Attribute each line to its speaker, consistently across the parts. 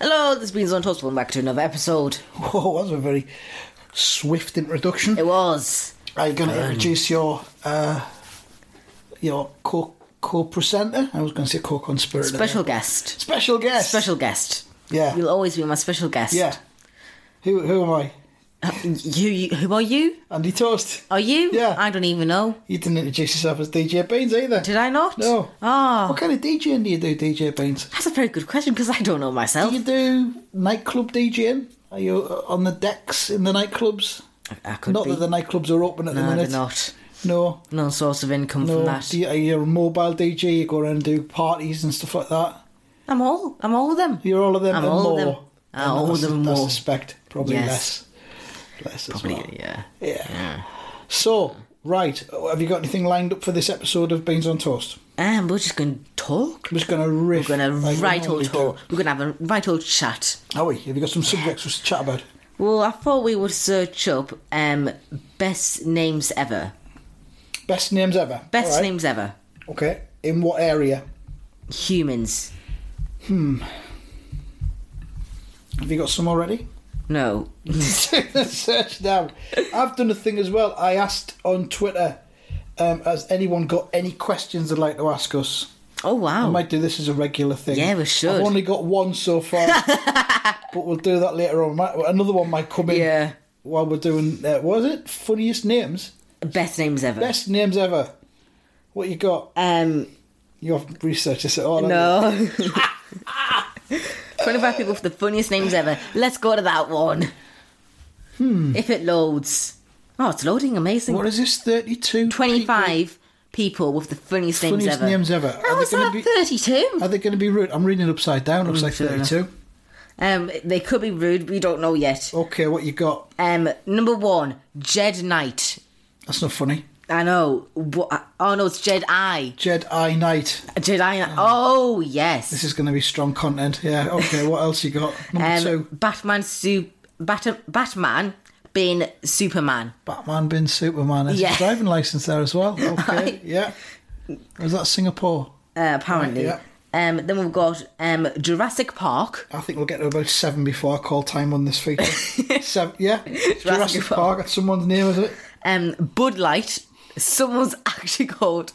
Speaker 1: Hello, this is Beans on Toast. Welcome back to another episode.
Speaker 2: Whoa, that was a very swift introduction.
Speaker 1: It was.
Speaker 2: Are you going
Speaker 1: Um,
Speaker 2: to introduce your uh, your co co presenter? I was going to say co conspirator.
Speaker 1: Special guest.
Speaker 2: special guest.
Speaker 1: Special guest.
Speaker 2: Yeah.
Speaker 1: You'll always be my special guest. Uh,
Speaker 2: Yeah. Who who am I?
Speaker 1: You, you- who are you?
Speaker 2: Andy Toast.
Speaker 1: Are you?
Speaker 2: Yeah.
Speaker 1: I don't even know.
Speaker 2: You didn't introduce yourself as DJ Beans either.
Speaker 1: Did I not?
Speaker 2: No.
Speaker 1: Ah,
Speaker 2: What kind of DJing do you do, DJ Beans?
Speaker 1: that's a very good question because I don't know myself.
Speaker 2: Do you do nightclub DJing? Are you uh, on the decks in the nightclubs?
Speaker 1: I could
Speaker 2: Not
Speaker 1: be.
Speaker 2: that the nightclubs are open at the
Speaker 1: no, they're
Speaker 2: minute.
Speaker 1: not.
Speaker 2: No.
Speaker 1: No source of income
Speaker 2: No,
Speaker 1: from that.
Speaker 2: Do you, are you a mobile DJ? You go around and do parties and stuff like that.
Speaker 1: I'm all. I'm all of them.
Speaker 2: You're all of them
Speaker 1: I'm
Speaker 2: and
Speaker 1: all
Speaker 2: more.
Speaker 1: of them. I'm
Speaker 2: And
Speaker 1: all of
Speaker 2: I
Speaker 1: them
Speaker 2: sus- I
Speaker 1: more.
Speaker 2: suspect probably
Speaker 1: Yes.
Speaker 2: less. Less as
Speaker 1: Probably,
Speaker 2: well.
Speaker 1: yeah.
Speaker 2: Yeah. So, right, have you got anything lined up for this episode of Beans on Toast?
Speaker 1: And Um, we're just going to talk.
Speaker 2: I'm just going to riff.
Speaker 1: We're going to
Speaker 2: like we
Speaker 1: right old
Speaker 2: normally
Speaker 1: talk. We're going to have a right old chat.
Speaker 2: do. Are we? Have you got some subjects we should chat about?
Speaker 1: Well, I thought we would search up um, best names ever.
Speaker 2: Best names ever.
Speaker 1: Best
Speaker 2: Alright.
Speaker 1: names ever.
Speaker 2: Okay. In what area?
Speaker 1: Humans.
Speaker 2: Have you got some already?
Speaker 1: No.
Speaker 2: Search down. I've done a thing as well. I asked on Twitter, um, has anyone got any questions they'd like to ask us?
Speaker 1: oh wow.
Speaker 2: I might do this as a regular thing.
Speaker 1: Yeah, we should.
Speaker 2: I've only got one so far, but we'll do that later on. Might- Another one might come in
Speaker 1: Yeah.
Speaker 2: while we're doing. Uh, what was it funniest names?
Speaker 1: Best names ever.
Speaker 2: Best names ever. What you got?
Speaker 1: Um.
Speaker 2: You have researched this at all? haven't
Speaker 1: No. Twenty-five people for the funniest names ever. Let's go to that one. Hmm. If it loads. Oh, it's loading.
Speaker 2: you?
Speaker 1: Amazing.
Speaker 2: What is this? Thirty-two.
Speaker 1: Twenty-five people with the funniest,
Speaker 2: people-
Speaker 1: names
Speaker 2: Funniest
Speaker 1: ever.
Speaker 2: names ever.
Speaker 1: How
Speaker 2: are
Speaker 1: was
Speaker 2: they gonna
Speaker 1: that?
Speaker 2: be?
Speaker 1: Thirty-two.
Speaker 2: Are they going to be rude? I'm reading it upside down. Looks like
Speaker 1: fair enough.
Speaker 2: thirty-two.
Speaker 1: Um, they could be rude. We don't know yet.
Speaker 2: Okay, what you got?
Speaker 1: Um, number one, Jed Knight.
Speaker 2: That's not funny.
Speaker 1: I know. What, oh no, it's Jed I.
Speaker 2: Jedi Knight.
Speaker 1: Jed I. Oh yes.
Speaker 2: This is going to be strong content. Yeah. Okay. What else you got? Number
Speaker 1: Um,
Speaker 2: two.
Speaker 1: Batman, su- Bat- Batman being Superman.
Speaker 2: Batman being Superman. There's
Speaker 1: Yeah.
Speaker 2: a driving license there as well. Okay,
Speaker 1: Right.
Speaker 2: yeah. Was that Singapore?
Speaker 1: Uh, apparently.
Speaker 2: Right,
Speaker 1: Um, then we've got um, Jurassic Park.
Speaker 2: I think we'll get to about seven before I call time on this feature. seven, yeah. Jurassic,
Speaker 1: Park.
Speaker 2: Park. That's someone's name, is it?
Speaker 1: Um, Bud Light. Someone's actually called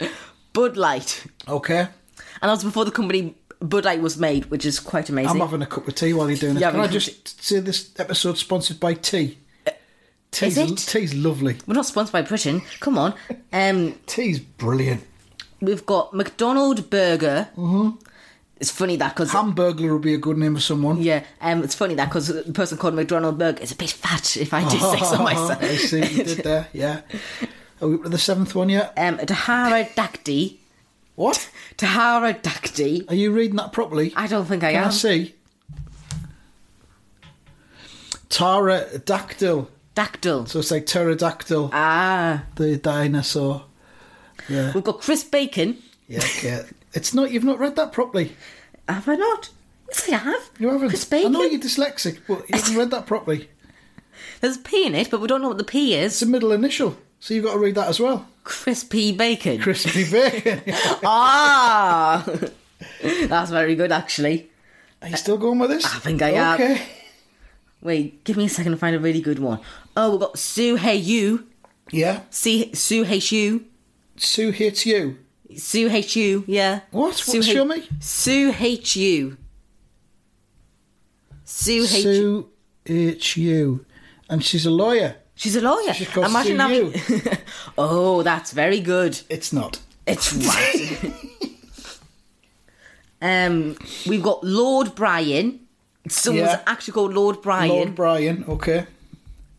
Speaker 1: Bud Light,
Speaker 2: Okay.
Speaker 1: and that was before the company Bud Light was made, which is quite
Speaker 2: I'm
Speaker 1: amazing.
Speaker 2: having a cup of tea while you're doing it.
Speaker 1: Yeah,
Speaker 2: Can
Speaker 1: we
Speaker 2: I
Speaker 1: can-
Speaker 2: just say this episode's sponsored by tea? Tea's,
Speaker 1: it?
Speaker 2: tea's lovely.
Speaker 1: we're not sponsored by Britain. Come on. Um,
Speaker 2: Tea's brilliant.
Speaker 1: we've got McDonald Burger. Mm-hmm. It's funny that because
Speaker 2: Hamburglar would be a good name for someone.
Speaker 1: Yeah, um, it's funny that because the person called McDonald Burger is a bit fat, if I do say so myself.
Speaker 2: I see what you did there, yeah. Are we up to the seventh one yet?
Speaker 1: Um, Tahara Dakdi.
Speaker 2: What?
Speaker 1: Tahara Dakdi.
Speaker 2: Are you reading that properly?
Speaker 1: I don't think I
Speaker 2: Can I
Speaker 1: am.
Speaker 2: see? Tara dactyl.
Speaker 1: Dactyl.
Speaker 2: So it's like pterodactyl,
Speaker 1: Ah.
Speaker 2: the dinosaur. Yeah.
Speaker 1: We've got Chris Bacon.
Speaker 2: Yeah, okay. It's not you've not read that properly.
Speaker 1: Have I not? Yes, I have.
Speaker 2: You haven't
Speaker 1: Chris
Speaker 2: I
Speaker 1: Bacon.
Speaker 2: know you're dyslexic, but you haven't read that properly.
Speaker 1: There's P in it, but we don't know what the P is.
Speaker 2: It's a middle initial, so you've got to read that as well.
Speaker 1: Chris P. Bacon.
Speaker 2: Crispy bacon.
Speaker 1: Ah! That's very good, actually.
Speaker 2: Are you still going with this?
Speaker 1: I think I am.
Speaker 2: Okay.
Speaker 1: Wait, give me a second to find a really good one. Oh, we've got Sue Hey You.
Speaker 2: Yeah.
Speaker 1: See, Sue Hey You.
Speaker 2: Sue hits you.
Speaker 1: Sue H U, yeah.
Speaker 2: What?
Speaker 1: Sue
Speaker 2: What,
Speaker 1: H-
Speaker 2: show me?
Speaker 1: Sue H U. Sue H.
Speaker 2: Sue hits you. And she's a lawyer.
Speaker 1: She's a lawyer.
Speaker 2: She's called
Speaker 1: Imagine
Speaker 2: Sue
Speaker 1: having- oh, that's very good.
Speaker 2: It's not.
Speaker 1: It's right. um, we've got Lord Brian. Someone's
Speaker 2: Yeah.
Speaker 1: actually called Lord
Speaker 2: Lord
Speaker 1: Brian.
Speaker 2: Brian, okay.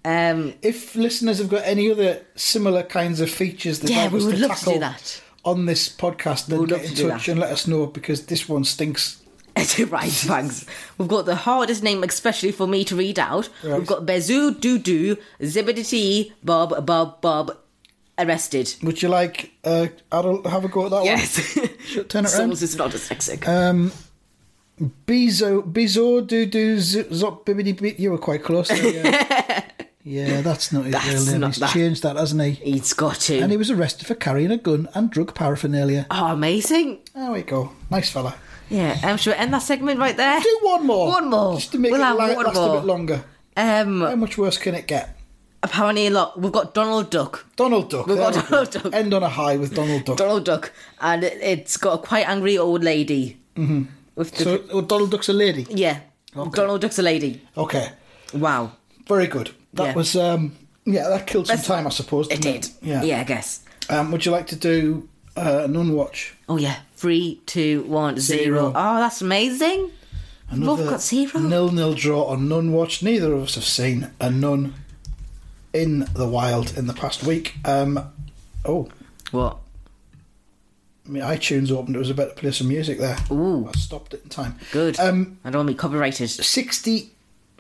Speaker 1: um,
Speaker 2: if listeners have got any other similar kinds of features that
Speaker 1: yeah,
Speaker 2: like
Speaker 1: we
Speaker 2: us
Speaker 1: would
Speaker 2: to
Speaker 1: love to
Speaker 2: tackle
Speaker 1: do that.
Speaker 2: on this podcast, then
Speaker 1: would
Speaker 2: get
Speaker 1: love
Speaker 2: in
Speaker 1: to do
Speaker 2: touch
Speaker 1: that.
Speaker 2: and let us know because this one stinks.
Speaker 1: right, thanks. We've got the hardest name, especially for me to read out. We've
Speaker 2: Right.
Speaker 1: got Bezu Dudu Zibidity Bob Bob Bob arrested.
Speaker 2: Would you like uh, adult have a go at that
Speaker 1: Yes.
Speaker 2: one? Oh. Turn it
Speaker 1: Someone's
Speaker 2: around. Uh,
Speaker 1: just not dyslexic.
Speaker 2: Bizo, Bizo, doo doo, zip, zop, bibbidi, bit. You were quite close. There, yeah. yeah, that's not his
Speaker 1: That's
Speaker 2: real name.
Speaker 1: not
Speaker 2: He's
Speaker 1: that.
Speaker 2: changed that, hasn't he?
Speaker 1: He's got to.
Speaker 2: And he was arrested for carrying a gun and drug paraphernalia.
Speaker 1: oh, amazing.
Speaker 2: There we go. Nice fella.
Speaker 1: Yeah, I'm sure. End that segment right there.
Speaker 2: Do one more.
Speaker 1: One more.
Speaker 2: Just to make
Speaker 1: We'll
Speaker 2: it
Speaker 1: have
Speaker 2: la-
Speaker 1: one
Speaker 2: last
Speaker 1: more.
Speaker 2: a bit longer. How
Speaker 1: Um,
Speaker 2: much worse can it get?
Speaker 1: apparently a lot. We've got Donald Duck.
Speaker 2: Donald Duck.
Speaker 1: We've got
Speaker 2: there we go.
Speaker 1: Donald Duck.
Speaker 2: End on a high with Donald Duck.
Speaker 1: Donald Duck, and it, it's got a quite angry old lady. Mm-hmm. With the
Speaker 2: so oh, Donald Duck's a lady.
Speaker 1: yeah, Donald Duck's a lady.
Speaker 2: Okay.
Speaker 1: Wow,
Speaker 2: Very good. That
Speaker 1: Yeah.
Speaker 2: was um yeah, that killed some
Speaker 1: That's-
Speaker 2: time I suppose.
Speaker 1: it did.
Speaker 2: didn't Mm, Yeah.
Speaker 1: yeah, I guess.
Speaker 2: Um would you like to do uh, an unwatch?
Speaker 1: Oh yeah, three, two, one, zero.
Speaker 2: Zero.
Speaker 1: Oh, that's amazing.
Speaker 2: Another
Speaker 1: We've got zero.
Speaker 2: Nil nil draw on none watch. Neither of us have seen a nun in the wild in the past week. Um oh,
Speaker 1: What?
Speaker 2: my iTunes opened, it was about to play some music there.
Speaker 1: Ooh.
Speaker 2: I stopped it in time.
Speaker 1: Good.
Speaker 2: Um
Speaker 1: I don't want to be copyrighted.
Speaker 2: sixty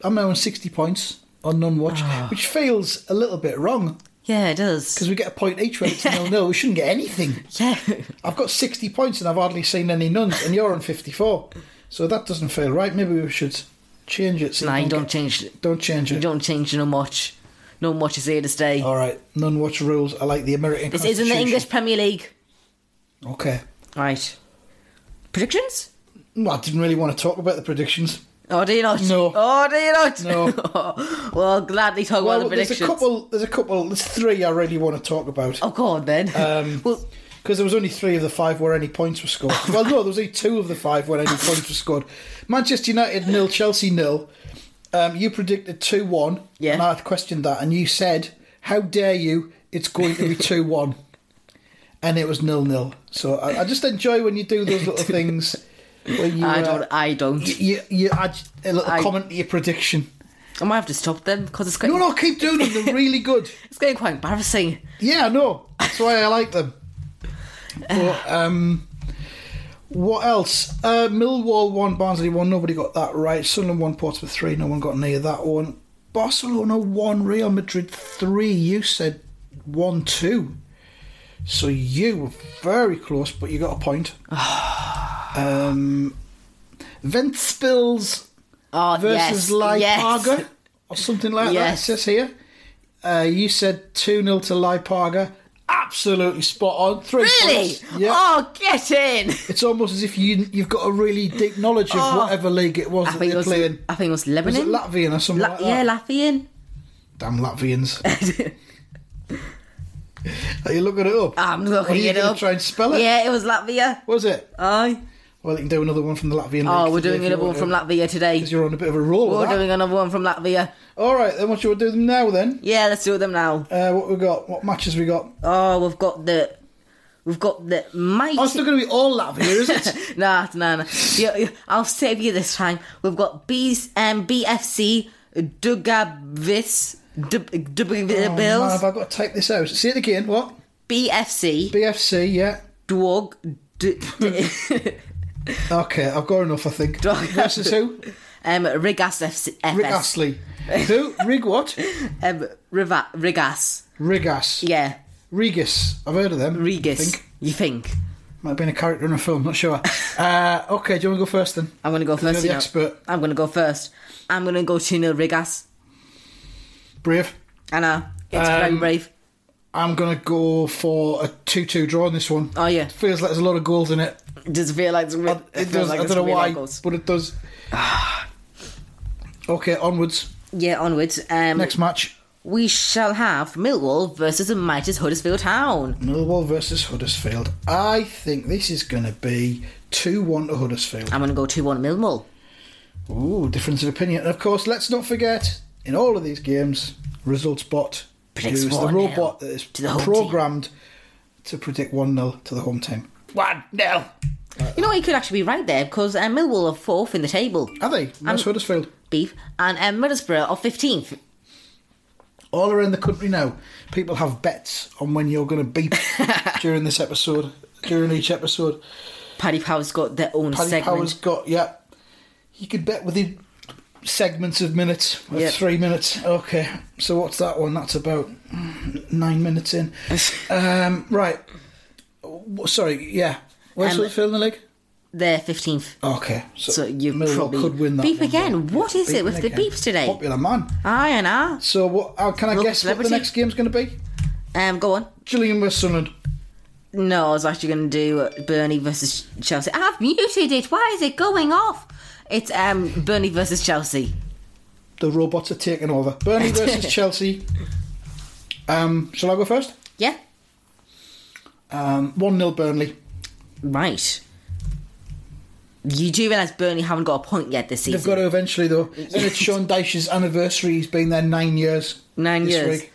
Speaker 2: I'm now on sixty points on none watch,
Speaker 1: Ah.
Speaker 2: which feels a little bit wrong
Speaker 1: Yeah, it does.
Speaker 2: because we get a point each when it's nil nil. We shouldn't get anything.
Speaker 1: Yeah.
Speaker 2: I've got 60 points and I've hardly seen any nuns, and you're on 54. So that doesn't feel right. Maybe we should change it. So
Speaker 1: nah, you don't
Speaker 2: get-
Speaker 1: change. You
Speaker 2: Don't change it.
Speaker 1: don't change no much. No much is here to stay.
Speaker 2: All right. Nun watch rules. I like the American.
Speaker 1: this is in the English
Speaker 2: Oh, Constitution.
Speaker 1: Premier League.
Speaker 2: Okay.
Speaker 1: Right. Predictions?
Speaker 2: Well, I didn't really want to talk about the predictions.
Speaker 1: Oh, do you not?
Speaker 2: No.
Speaker 1: Oh, do you not?
Speaker 2: No.
Speaker 1: well, gladly talk about
Speaker 2: Well,
Speaker 1: the
Speaker 2: there's
Speaker 1: predictions.
Speaker 2: a couple. There's a couple. There's three I really want to talk about.
Speaker 1: Oh, go on then.
Speaker 2: Um,
Speaker 1: well,
Speaker 2: Because there was only three of the five where any points were scored. well, no, there was only two of the five where any points were scored. Manchester United nil, Chelsea nil. Um, you predicted two one.
Speaker 1: Yeah.
Speaker 2: And I questioned that, and you said, "How dare you? It's going to be two one." And it was nil nil. So I, I just enjoy when you do those little things. Where you,
Speaker 1: I
Speaker 2: uh,
Speaker 1: don't. I don't.
Speaker 2: You, you add a little
Speaker 1: I-
Speaker 2: comment to your prediction.
Speaker 1: I might have to stop them because it's getting,
Speaker 2: No, no, keep doing them. They're really good.
Speaker 1: it's getting quite embarrassing.
Speaker 2: Yeah, I know. That's why I like them. But, um, what else? Uh, Millwall won, Barnsley won. Nobody got that right. Sunderland won, Portsmouth three. No one got near that one. Barcelona won, Real Madrid three. You said one two, so you were very close, but you got a point. um, Ventspils
Speaker 1: Oh, yes.
Speaker 2: versus Leiparga
Speaker 1: Yes.
Speaker 2: or something like that. It
Speaker 1: Yes.
Speaker 2: says here. Uh, you said 2 0 to Leiparga. Absolutely spot on. Three
Speaker 1: Really?
Speaker 2: points. Yeah.
Speaker 1: Oh, get in.
Speaker 2: It's almost as if you, you've got a really deep knowledge of
Speaker 1: Oh.
Speaker 2: whatever league it was
Speaker 1: I
Speaker 2: that
Speaker 1: think, it
Speaker 2: they're
Speaker 1: was,
Speaker 2: playing.
Speaker 1: I think it was
Speaker 2: Was it
Speaker 1: Lebanon.
Speaker 2: Latvian or something
Speaker 1: La-
Speaker 2: like that?
Speaker 1: yeah, Latvian.
Speaker 2: Damn Latvians. Are you looking it up?
Speaker 1: Ah, I'm
Speaker 2: Are
Speaker 1: looking
Speaker 2: you
Speaker 1: it
Speaker 2: gonna
Speaker 1: up.
Speaker 2: try and spell it?
Speaker 1: Yeah, it was Latvia.
Speaker 2: Was it?
Speaker 1: Aye.
Speaker 2: Well, you can do another one from the Latvian
Speaker 1: Oh,
Speaker 2: league
Speaker 1: we're
Speaker 2: today
Speaker 1: doing
Speaker 2: if you
Speaker 1: another one
Speaker 2: want
Speaker 1: from
Speaker 2: to,
Speaker 1: Latvia today.
Speaker 2: 'cause You're on a bit of a roll with
Speaker 1: We're
Speaker 2: that.
Speaker 1: doing another one from Latvia.
Speaker 2: All right, then what you want to do with them now then?
Speaker 1: Yeah, let's do them now.
Speaker 2: Uh, what we got? What matches we got?
Speaker 1: Oh, we've got the, we've got the mighty.
Speaker 2: Oh, it's not going to be all Latvia, is it?
Speaker 1: nah, nah, nah. You, you, I'll save you this time. We've got B's um, BFC Dugavis Dub- Dugavis
Speaker 2: Oh, man,
Speaker 1: Bills
Speaker 2: have I got to type this out? Say it again. What?
Speaker 1: BFC
Speaker 2: BFC, yeah.
Speaker 1: Dwog D- D-
Speaker 2: Okay, I've got enough, I think.
Speaker 1: Dog-
Speaker 2: Versus who?
Speaker 1: um Rigas FC
Speaker 2: Rick
Speaker 1: FS
Speaker 2: Astley. who? Rig what?
Speaker 1: um, Riva- Rigas
Speaker 2: Rigas.
Speaker 1: yeah
Speaker 2: Regus. I've heard of them. I
Speaker 1: Rigas.
Speaker 2: think.
Speaker 1: You think?
Speaker 2: Might have been a character in a film, not sure. Uh, okay, do you want to go first then?
Speaker 1: I'm gonna go
Speaker 2: You're
Speaker 1: first.
Speaker 2: the
Speaker 1: you know.
Speaker 2: expert.
Speaker 1: I'm gonna go first. I'm gonna go two 0 Rigas.
Speaker 2: Brave.
Speaker 1: I know it's very
Speaker 2: Um,
Speaker 1: brave.
Speaker 2: I'm going to go for a 2 2 draw on this one.
Speaker 1: Oh yeah,
Speaker 2: Feels like there's a lot of goals in it.
Speaker 1: does it feel like it's re-
Speaker 2: It,
Speaker 1: it feels
Speaker 2: does.
Speaker 1: like
Speaker 2: I
Speaker 1: it's
Speaker 2: don't know
Speaker 1: real
Speaker 2: why,
Speaker 1: goals?
Speaker 2: but it does. okay, onwards.
Speaker 1: Yeah, onwards. Um,
Speaker 2: Next match.
Speaker 1: we shall have Millwall versus the mightiest Huddersfield Town.
Speaker 2: Millwall versus Huddersfield. I think this is going to be 2 1 to Huddersfield.
Speaker 1: I'm gonna go two one Millwall.
Speaker 2: Ooh, difference of opinion. And of course, let's not forget in all of these games, results bot
Speaker 1: Predicts
Speaker 2: who is the
Speaker 1: 1-0
Speaker 2: robot that is
Speaker 1: to the home
Speaker 2: programmed to predict 1 0 to the home team. 1 0.
Speaker 1: You know what? You could actually be right there because um, Millwall are fourth in the table,
Speaker 2: Are they? That's Huddersfield.
Speaker 1: beef, and um, Middlesbrough are fifteenth.
Speaker 2: All around the country now, people have bets on when you're going to beat during this episode, during each episode.
Speaker 1: Paddy Power's got their own
Speaker 2: Paddy
Speaker 1: segment.
Speaker 2: Power's got yeah. You could bet within segments of minutes, of
Speaker 1: Yep.
Speaker 2: three minutes. Okay, so what's that one? That's about mm, nine minutes in. um, right. W- Sorry, yeah. Where's
Speaker 1: Um,
Speaker 2: Huddersfield in the league?
Speaker 1: They're fifteenth.
Speaker 2: Okay,
Speaker 1: So you
Speaker 2: Millwall
Speaker 1: probably
Speaker 2: could win that.
Speaker 1: beep
Speaker 2: one,
Speaker 1: again.
Speaker 2: though.
Speaker 1: What is it
Speaker 2: Beeping
Speaker 1: with the
Speaker 2: again.
Speaker 1: beeps today?
Speaker 2: Popular man.
Speaker 1: Aye, and ah.
Speaker 2: So what? How can I
Speaker 1: Local
Speaker 2: guess what
Speaker 1: celebrity.
Speaker 2: the next game's going to be?
Speaker 1: Um, go on.
Speaker 2: Gillingham versus Sunderland.
Speaker 1: No, I was actually going to do Burnley versus Chelsea. I've muted it. Why is it going off? It's um Burnley versus Chelsea.
Speaker 2: The robots are taking over. Burnley versus Chelsea. Um, shall I go first?
Speaker 1: Yeah.
Speaker 2: Um, 1 0 Burnley.
Speaker 1: Right. You do realise Burnley haven't got a point yet this season.
Speaker 2: They've got to eventually, though. And it's Sean Dyche's anniversary. He's been there nine years.
Speaker 1: Nine
Speaker 2: this
Speaker 1: years.
Speaker 2: week.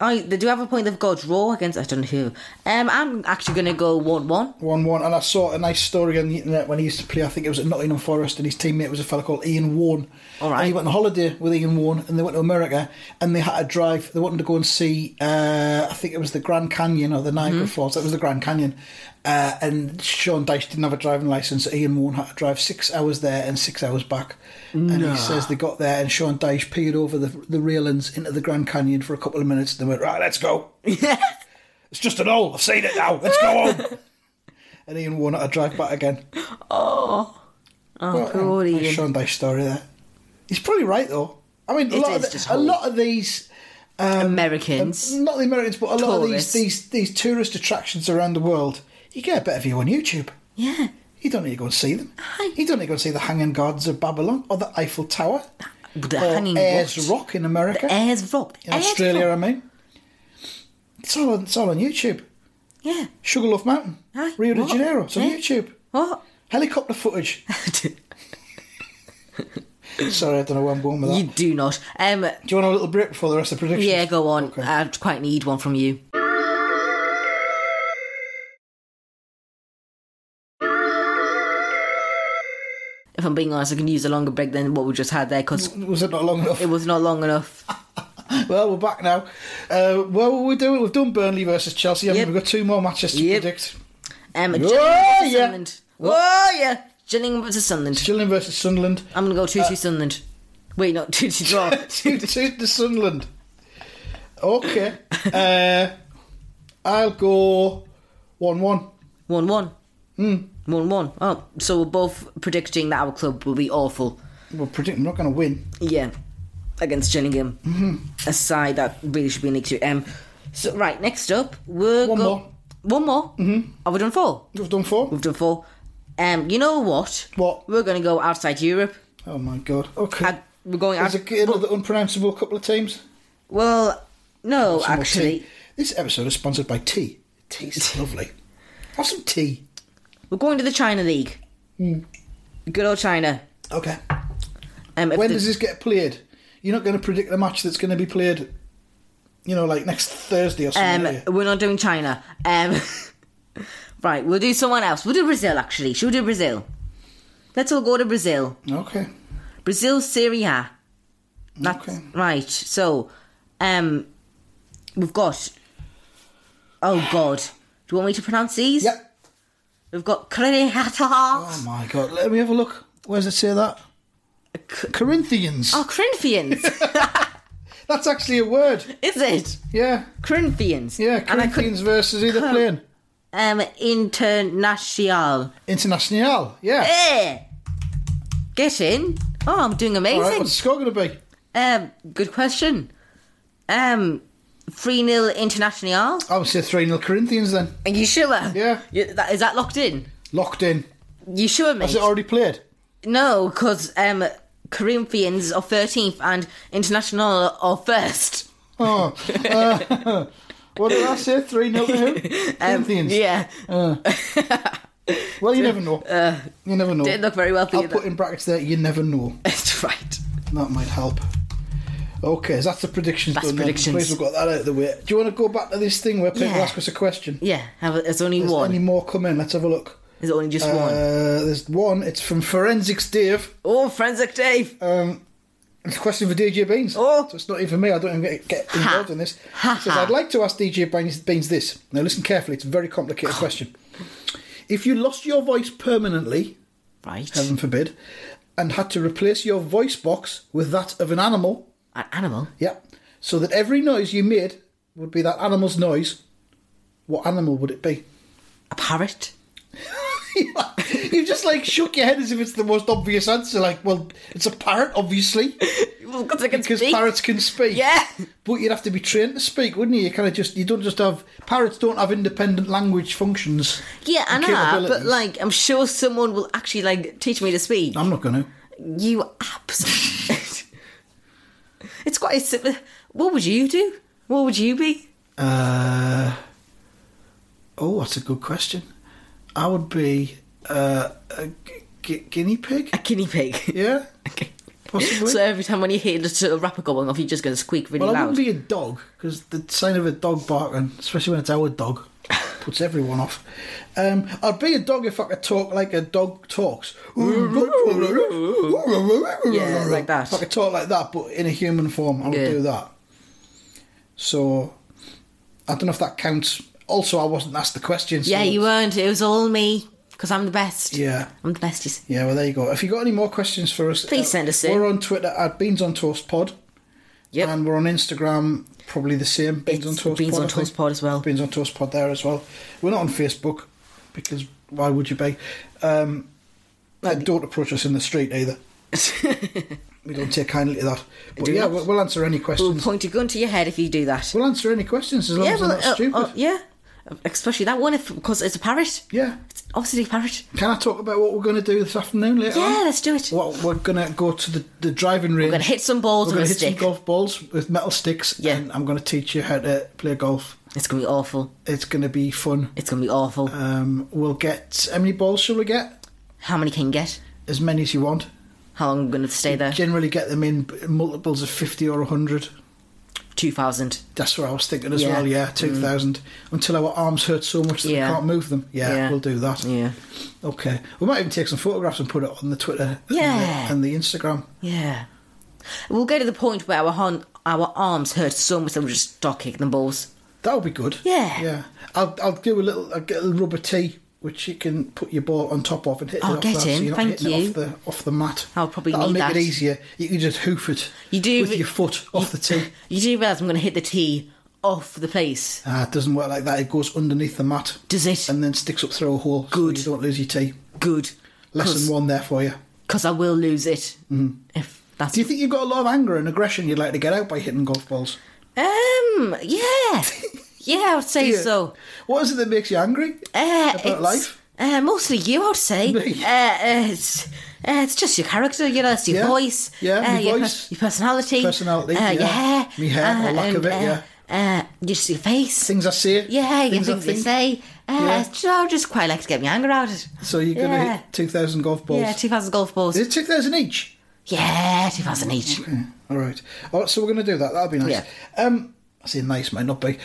Speaker 1: I they do have a point. They've got a draw against I don't know who. Um, I'm actually going to go one-one.
Speaker 2: 1 1. And I saw a nice story on the internet when he used to play. I think it was at Nottingham Forest, and his teammate was a fella called Ian Warren.
Speaker 1: All right.
Speaker 2: And he went on holiday with Ian Warren, and they went to America, and they had to drive. They wanted to go and see, uh, I think it was the Grand Canyon or the
Speaker 1: Mm-hmm.
Speaker 2: Niagara Falls. That was the Grand Canyon. Uh, and Sean Dyche didn't have a driving license. Ian Warren had to drive six hours there and six hours back. And he says they got there, and Sean Dyche peered over the, the railings into the Grand Canyon for a couple of minutes. And they went, Right, let's go.
Speaker 1: Oh.
Speaker 2: It's just an hole. I've seen it now. Let's go on. and Ian Warren had to drive back again. um,
Speaker 1: Oh, poor
Speaker 2: Nice
Speaker 1: Ian.
Speaker 2: Sean Dyche story there. He's probably right though. I mean, a
Speaker 1: It
Speaker 2: lot of
Speaker 1: is
Speaker 2: the-
Speaker 1: just
Speaker 2: a
Speaker 1: hole.
Speaker 2: lot of these,
Speaker 1: Americans.
Speaker 2: not the Americans, but a lot
Speaker 1: Tourists.
Speaker 2: of these, these these tourist attractions around the world, you get a better view on YouTube.
Speaker 1: yeah.
Speaker 2: You don't need to go and see them.
Speaker 1: Aye.
Speaker 2: You don't need to go and see the Hanging Gardens of Babylon or the Eiffel Tower
Speaker 1: The
Speaker 2: or
Speaker 1: hanging
Speaker 2: Ayers
Speaker 1: rock.
Speaker 2: Rock in America,
Speaker 1: Ayers Rock.
Speaker 2: in
Speaker 1: Ayers
Speaker 2: Australia.
Speaker 1: Rock.
Speaker 2: I mean, it's all on, it's all on YouTube.
Speaker 1: Yeah.
Speaker 2: Sugarloaf Mountain,
Speaker 1: Aye.
Speaker 2: Rio de
Speaker 1: What?
Speaker 2: Janeiro. It's on
Speaker 1: Yeah.
Speaker 2: YouTube.
Speaker 1: What?
Speaker 2: Helicopter footage. Sorry, I don't know where I'm going with that.
Speaker 1: you do not. Um.
Speaker 2: Do you want a little break before the rest of the predictions?
Speaker 1: Yeah, go on.
Speaker 2: Okay.
Speaker 1: I quite need one from you. If I'm being honest, I can use a longer break than what we just had there because
Speaker 2: Was it not long enough?
Speaker 1: it was not long enough.
Speaker 2: Well, we're back now. Uh, what were we doing? We've done Burnley versus Chelsea. haven't
Speaker 1: Yep.
Speaker 2: we? We've got two more matches to
Speaker 1: Yep.
Speaker 2: predict.
Speaker 1: Um,
Speaker 2: Oh,
Speaker 1: Gillingham versus
Speaker 2: yeah.
Speaker 1: Sunderland. Oh, yeah. Gillingham versus Sunderland.
Speaker 2: Chilling versus Sunderland.
Speaker 1: I'm going to go 2 2
Speaker 2: Uh.
Speaker 1: Sunderland. Wait, not 2 2 draw.
Speaker 2: two two to Sunderland. Okay. Uh, I'll go one one.
Speaker 1: 1 1. Hmm. 1 1. Oh, so we're both predicting that our club will be awful.
Speaker 2: We're predicting we're not going to win.
Speaker 1: Yeah, against Gillingham.
Speaker 2: Mm-hmm.
Speaker 1: A side that really should be in League Two. Um, so, right, next up, we're
Speaker 2: One
Speaker 1: go-
Speaker 2: more.
Speaker 1: One more? Mm-hmm. Have we done four?
Speaker 2: We've done four.
Speaker 1: We've done four. Um, you know what?
Speaker 2: What?
Speaker 1: We're going to go outside Europe.
Speaker 2: Oh my god. Okay.
Speaker 1: And we're going out.
Speaker 2: There's a, another unpronounceable couple of teams.
Speaker 1: well, no,
Speaker 2: Some more
Speaker 1: actually.
Speaker 2: tea. this episode is sponsored by tea. Tea's lovely. Have some tea.
Speaker 1: We're going to the China League.
Speaker 2: Hmm.
Speaker 1: Good old China.
Speaker 2: Okay.
Speaker 1: Um, if
Speaker 2: When
Speaker 1: the-
Speaker 2: does this get played? You're not going to predict the match that's going to be played, you know, like next Thursday or something. are
Speaker 1: um,
Speaker 2: you?
Speaker 1: we're not doing China. Um, right, we'll do someone else. We'll do Brazil, actually. Should we do Brazil? Let's all go to Brazil.
Speaker 2: okay.
Speaker 1: Brazil, Syria. That's
Speaker 2: Okay.
Speaker 1: right. So, um, we've got. Oh God! Do you want me to pronounce these?
Speaker 2: Yep.
Speaker 1: We've got Crediata.
Speaker 2: Oh my god. Let me have a look. Where does it say that? Corinthians.
Speaker 1: Oh, Corinthians,
Speaker 2: That's actually a word.
Speaker 1: is it?
Speaker 2: Yeah.
Speaker 1: Corinthians.
Speaker 2: Yeah.
Speaker 1: And I could
Speaker 2: Corinthians versus either plane.
Speaker 1: um international.
Speaker 2: International. Yeah.
Speaker 1: Eh. Get in. Oh, I'm doing amazing.
Speaker 2: All right. What's the score going to be?
Speaker 1: Um, good question. Um, three 0 international.
Speaker 2: I would say 3 0 Corinthians then.
Speaker 1: Are you sure?
Speaker 2: Yeah.
Speaker 1: You, that, is that locked in?
Speaker 2: Locked in.
Speaker 1: You sure, mate?
Speaker 2: Has it already played?
Speaker 1: No, because um, Corinthians are 13th and International are first.
Speaker 2: Oh. uh, what did I say? 3 0 to who? Corinthians.
Speaker 1: Um,
Speaker 2: Oh.
Speaker 1: Yeah,
Speaker 2: Well, you never know.
Speaker 1: Uh,
Speaker 2: you never know.
Speaker 1: didn't look very well for
Speaker 2: I'll
Speaker 1: you.
Speaker 2: put in brackets there, you never know.
Speaker 1: That's right.
Speaker 2: That might help. Okay, so that's the predictions
Speaker 1: That's
Speaker 2: done then.
Speaker 1: predictions.
Speaker 2: Please, we've got that out of the way. Do you want to go back to this thing where people
Speaker 1: Yeah.
Speaker 2: ask us a question?
Speaker 1: Yeah, have- there's only
Speaker 2: Has
Speaker 1: one.
Speaker 2: Any more come in? Let's have a look.
Speaker 1: There's only just
Speaker 2: Uh,
Speaker 1: one.
Speaker 2: there's one. It's from Forensics Dave.
Speaker 1: Oh, Forensic Dave!
Speaker 2: Um, it's a question for DJ Beans.
Speaker 1: Oh.
Speaker 2: So it's not even me. I don't even get, get involved in this.
Speaker 1: Ha,
Speaker 2: It says,
Speaker 1: ha.
Speaker 2: I'd like to ask DJ Beans, Beans this. Now, listen carefully. It's a very
Speaker 1: Oh.
Speaker 2: complicated question. If you lost your voice permanently,
Speaker 1: right.
Speaker 2: heaven forbid, and had to replace your voice box with that of an animal,
Speaker 1: An animal.
Speaker 2: Yeah. So that every noise you made would be that animal's noise. What animal would it be?
Speaker 1: A parrot.
Speaker 2: you just like shook your head as if it's the most obvious answer. Like, well, it's a parrot, obviously.
Speaker 1: because I can
Speaker 2: Because
Speaker 1: speak.
Speaker 2: parrots can speak.
Speaker 1: Yeah.
Speaker 2: But you'd have to be trained to speak, wouldn't you? You kind of just you don't just have parrots don't have independent language functions.
Speaker 1: Yeah, I
Speaker 2: and
Speaker 1: know, but
Speaker 2: capabilities.
Speaker 1: like, I'm sure someone will actually like teach me to speak.
Speaker 2: I'm not going to.
Speaker 1: You absolutely. it's quite simple. What would you do? What would you be?
Speaker 2: Uh, oh, that's a good question. I would be uh, a gu- gu- guinea pig.
Speaker 1: A guinea pig.
Speaker 2: Yeah,
Speaker 1: Okay.
Speaker 2: possibly.
Speaker 1: So every time when you hear the sort of rapper going off, you're just going to squeak really
Speaker 2: well, I
Speaker 1: loud.
Speaker 2: wouldn't be a dog because the sound of a dog barking, especially when it's our dog, puts everyone off. Um, I'd be a dog if I could talk like a dog talks.
Speaker 1: Yeah, like that.
Speaker 2: If I could talk like that, but in a human form, I would
Speaker 1: Yeah.
Speaker 2: do that. So, I don't know if that counts. Also, I wasn't asked the question. So
Speaker 1: yeah, you weren't. It was all me because I'm the best.
Speaker 2: Yeah.
Speaker 1: I'm the best. You see.
Speaker 2: Yeah, well, there you go. If you got any more questions for us,
Speaker 1: Please send us in.
Speaker 2: We're on Twitter at Beans on Toast Pod,
Speaker 1: Yep.
Speaker 2: and we're on Instagram, probably the same Beans
Speaker 1: It's
Speaker 2: on Toast
Speaker 1: Beans
Speaker 2: Pod.
Speaker 1: on
Speaker 2: I think.
Speaker 1: Toast Pod as well.
Speaker 2: Beans on Toast Pod there as well. We're not on Facebook because why would you be? Um, and don't approach us in the street either. we don't take kindly to that. But
Speaker 1: Do
Speaker 2: yeah,
Speaker 1: not.
Speaker 2: we'll, we'll answer any
Speaker 1: We'll
Speaker 2: questions. We'll,
Speaker 1: point a gun to your head if you do that.
Speaker 2: answer any questions as long
Speaker 1: yeah,
Speaker 2: as they're
Speaker 1: well,
Speaker 2: not
Speaker 1: uh,
Speaker 2: stupid.
Speaker 1: uh, yeah. Especially that one, if because it's a parrot.
Speaker 2: yeah.
Speaker 1: It's obviously a parrot.
Speaker 2: Can I talk about what we're going to do this afternoon later?
Speaker 1: Yeah,
Speaker 2: on?
Speaker 1: let's do it.
Speaker 2: What we're going to go to the, the driving range.
Speaker 1: We're gonna hit some balls
Speaker 2: We're
Speaker 1: with
Speaker 2: going
Speaker 1: a
Speaker 2: to hit
Speaker 1: stick.
Speaker 2: some golf balls with metal sticks,
Speaker 1: Yeah.
Speaker 2: and I'm going to teach you how to play golf.
Speaker 1: It's gonna be awful.
Speaker 2: It's going to be fun.
Speaker 1: It's gonna be awful.
Speaker 2: Um, we'll get how many balls shall we get?
Speaker 1: How many can you get?
Speaker 2: As many as you want.
Speaker 1: How long are we gonna stay there?
Speaker 2: Generally, get them in b- multiples of fifty or hundred.
Speaker 1: Two thousand.
Speaker 2: That's what I was thinking as
Speaker 1: Yeah. Mm.
Speaker 2: well. Yeah, two thousand until our arms hurt so much that
Speaker 1: Yeah.
Speaker 2: we can't move them. Yeah,
Speaker 1: Yeah.
Speaker 2: we'll do that.
Speaker 1: Yeah.
Speaker 2: Okay, we might even take some photographs and put it on the Twitter. and the-
Speaker 1: Yeah.
Speaker 2: and the Instagram.
Speaker 1: Yeah. We'll get to the point where our hon- our arms hurt so much that we just start kicking the balls.
Speaker 2: That would be good.
Speaker 1: Yeah.
Speaker 2: Yeah. I'll I'll do a little I'll get a little rubber tee which you can put your ball on top of and hit
Speaker 1: Oh,
Speaker 2: it off
Speaker 1: get
Speaker 2: that,
Speaker 1: in.
Speaker 2: so you're
Speaker 1: Thank
Speaker 2: not hitting
Speaker 1: you.
Speaker 2: it off the off the mat.
Speaker 1: I'll probably
Speaker 2: That'll
Speaker 1: need
Speaker 2: make
Speaker 1: that.
Speaker 2: it easier. You can just hoof it.
Speaker 1: You do
Speaker 2: with
Speaker 1: re-
Speaker 2: your foot off the tee.
Speaker 1: You do realise I'm gonna hit the tee off the place.
Speaker 2: Ah, it doesn't work like that. It goes underneath the mat
Speaker 1: Does it?
Speaker 2: and then sticks up through a hole.
Speaker 1: Good.
Speaker 2: So you don't lose your tee.
Speaker 1: Good.
Speaker 2: Lesson one there for you.
Speaker 1: Because I will lose it. Mm. If that's
Speaker 2: Do you think you've got a lot of anger and aggression you'd like to get out by hitting golf balls?
Speaker 1: um yeah yeah I would say
Speaker 2: Yeah.
Speaker 1: so.
Speaker 2: What is it that makes you angry?
Speaker 1: Uh,
Speaker 2: About
Speaker 1: it's-
Speaker 2: life?
Speaker 1: Uh, mostly you, I'd say. uh,
Speaker 2: Me?
Speaker 1: uh, it's, uh, it's just your character, you know, it's your
Speaker 2: Yeah.
Speaker 1: voice.
Speaker 2: Yeah,
Speaker 1: uh,
Speaker 2: me
Speaker 1: your, per-
Speaker 2: voice.
Speaker 1: your personality.
Speaker 2: Personality,
Speaker 1: uh, your
Speaker 2: yeah.
Speaker 1: hair.
Speaker 2: Me hair,
Speaker 1: uh,
Speaker 2: or lack
Speaker 1: and,
Speaker 2: of it, yeah.
Speaker 1: Uh, uh, just your face.
Speaker 2: Things I say.
Speaker 1: yeah,
Speaker 2: things
Speaker 1: your
Speaker 2: I
Speaker 1: things you
Speaker 2: think.
Speaker 1: say. Uh,
Speaker 2: Yeah.
Speaker 1: do you know, I just quite like to get my anger out.
Speaker 2: So you're going to
Speaker 1: Yeah.
Speaker 2: hit 2,000 golf balls.
Speaker 1: Yeah, 2,000 golf balls.
Speaker 2: Is it 2,000 each?
Speaker 1: Yeah, 2,000 each.
Speaker 2: All right. All right. So we're going to do that. That'll be nice. Um, I say nice might not be.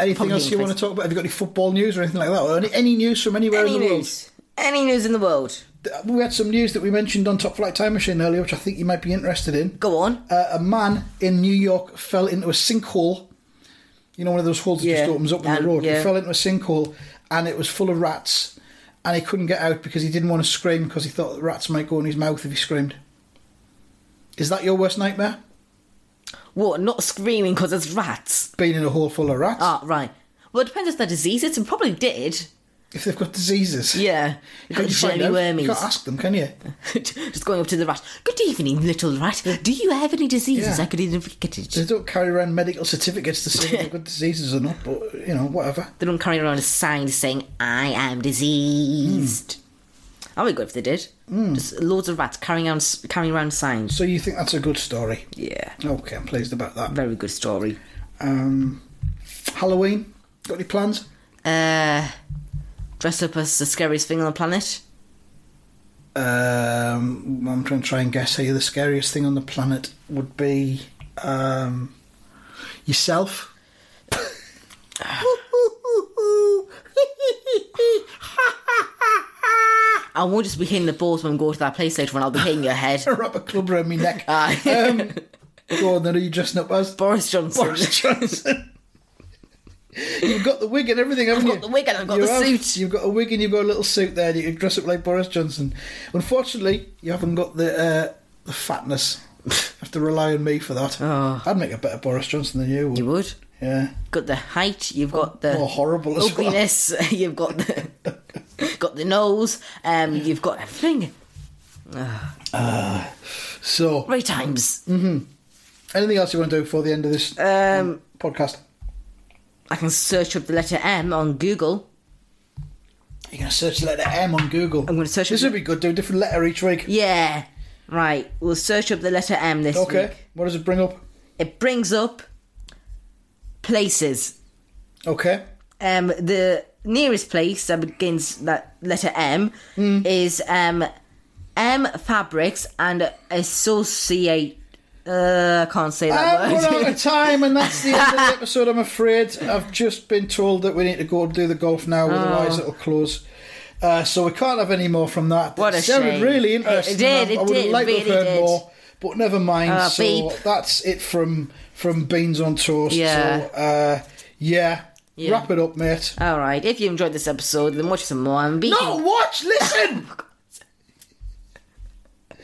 Speaker 2: Anything
Speaker 1: Probably
Speaker 2: else you
Speaker 1: nice.
Speaker 2: want to talk about? Have you got any football news or anything like that, or any, any news from anywhere
Speaker 1: Any
Speaker 2: in the
Speaker 1: news? Any news in the world?
Speaker 2: world? We had some news that we mentioned on Top Flight Time Machine earlier, which I think you might be interested in.
Speaker 1: Go on.
Speaker 2: Uh, a man in New York fell into a sinkhole. You know, one of those holes that
Speaker 1: Yeah.
Speaker 2: just opens up in
Speaker 1: And-
Speaker 2: the road.
Speaker 1: yeah.
Speaker 2: He fell into a sinkhole, and it was full of rats, and he couldn't get out because he didn't want to scream because he thought that rats might go in his mouth if he screamed. Is that your worst nightmare?
Speaker 1: What, not screaming because it's rats?
Speaker 2: Being in a hole full of rats?
Speaker 1: Ah, right. Well, it depends if they're diseased. It's probably did.
Speaker 2: if they've got diseases.
Speaker 1: Yeah. You've
Speaker 2: How
Speaker 1: got
Speaker 2: do you find
Speaker 1: jelly
Speaker 2: out?
Speaker 1: wormies.
Speaker 2: You can't ask them, can you?
Speaker 1: Just going up to the rat. Good evening, little rat. Do you have any diseases
Speaker 2: Yeah.
Speaker 1: I could identify?
Speaker 2: They don't carry around medical certificates to see if they've got diseases or not, but you know, whatever.
Speaker 1: They don't carry around a sign saying, I am diseased. I would go if they did. Just loads of rats carrying around, carrying around signs.
Speaker 2: So you think that's a good story?
Speaker 1: Yeah.
Speaker 2: Okay, I'm pleased about that.
Speaker 1: Very good story.
Speaker 2: Um, Halloween, got any plans?
Speaker 1: Uh, dress up as the scariest thing on the planet.
Speaker 2: Um, I'm trying to try and guess here. The scariest thing on the planet would be um, yourself.
Speaker 1: I won't just be hitting the balls when we go to that place later on. I'll be hitting your head.
Speaker 2: Wrap a club around my neck.
Speaker 1: Aye.
Speaker 2: um, go on then, are you dressing up as?
Speaker 1: Boris Johnson.
Speaker 2: Boris Johnson. you've got the wig and everything, haven't you?
Speaker 1: got the wig and I've got
Speaker 2: You
Speaker 1: the
Speaker 2: have.
Speaker 1: suit.
Speaker 2: You've got a wig and you've got a little suit there. And you can dress up like Boris Johnson. Unfortunately, you haven't got the uh, the fatness. you have to rely on me for that.
Speaker 1: Oh.
Speaker 2: I'd make a better Boris Johnson than you. Would.
Speaker 1: You would.
Speaker 2: Yeah.
Speaker 1: got the height, you've got the
Speaker 2: more horrible as well.
Speaker 1: ugliness, you've got the got the nose, um, you've got everything.
Speaker 2: Ah. So,
Speaker 1: Three times.
Speaker 2: anything else you want to do before the end of this
Speaker 1: Um,
Speaker 2: podcast?
Speaker 1: I can search up the letter M on Google.
Speaker 2: You're going to search the letter M on Google.
Speaker 1: I'm gonna search
Speaker 2: This
Speaker 1: it-
Speaker 2: would be good. Do a different letter each week.
Speaker 1: Yeah. Right. We'll search up the letter M this
Speaker 2: okay.
Speaker 1: week.
Speaker 2: What does it bring up?
Speaker 1: It brings up places.
Speaker 2: Okay.
Speaker 1: Um, the nearest place that begins that letter M
Speaker 2: Hmm.
Speaker 1: is um, M Fabrics and Associate. Uh, I can't say that
Speaker 2: I've run
Speaker 1: word.
Speaker 2: out of time, and that's the end of the episode. I'm afraid I've just been told that we need to go and do the golf now,
Speaker 1: Oh.
Speaker 2: otherwise it'll close. Uh, so we can't have any more from that.
Speaker 1: What a
Speaker 2: it sounded
Speaker 1: shame.
Speaker 2: really
Speaker 1: It- it
Speaker 2: interesting.
Speaker 1: did,
Speaker 2: I,
Speaker 1: it
Speaker 2: I would have
Speaker 1: did,
Speaker 2: liked to
Speaker 1: really
Speaker 2: have heard
Speaker 1: did.
Speaker 2: more, but never mind.
Speaker 1: Ah,
Speaker 2: so
Speaker 1: beep.
Speaker 2: that's it from from beans on toast.
Speaker 1: Yeah.
Speaker 2: So, uh, yeah.
Speaker 1: Yeah.
Speaker 2: Wrap it up, mate.
Speaker 1: All right. If you enjoyed this episode, then watch some more. And be
Speaker 2: No, watch, listen.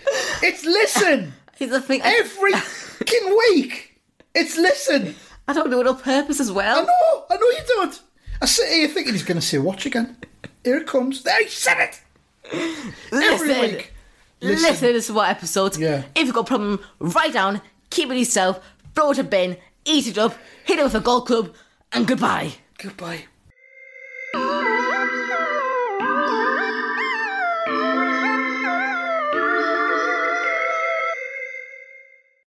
Speaker 1: Oh,
Speaker 2: it's listen
Speaker 1: Here's the thing. I,
Speaker 2: every fucking week. It's listen.
Speaker 1: I don't do it on purpose as
Speaker 2: I
Speaker 1: well.
Speaker 2: know, I know you don't. I sit here thinking he's going to say watch again. Here it comes. There, he said it. Every
Speaker 1: Listen.
Speaker 2: week.
Speaker 1: Listen.
Speaker 2: Listen.
Speaker 1: to what episode.
Speaker 2: Yeah.
Speaker 1: If you've got a problem, write down, keep it yourself, throw it in a bin, eat it up, hit it with a golf club, and goodbye.
Speaker 2: Goodbye.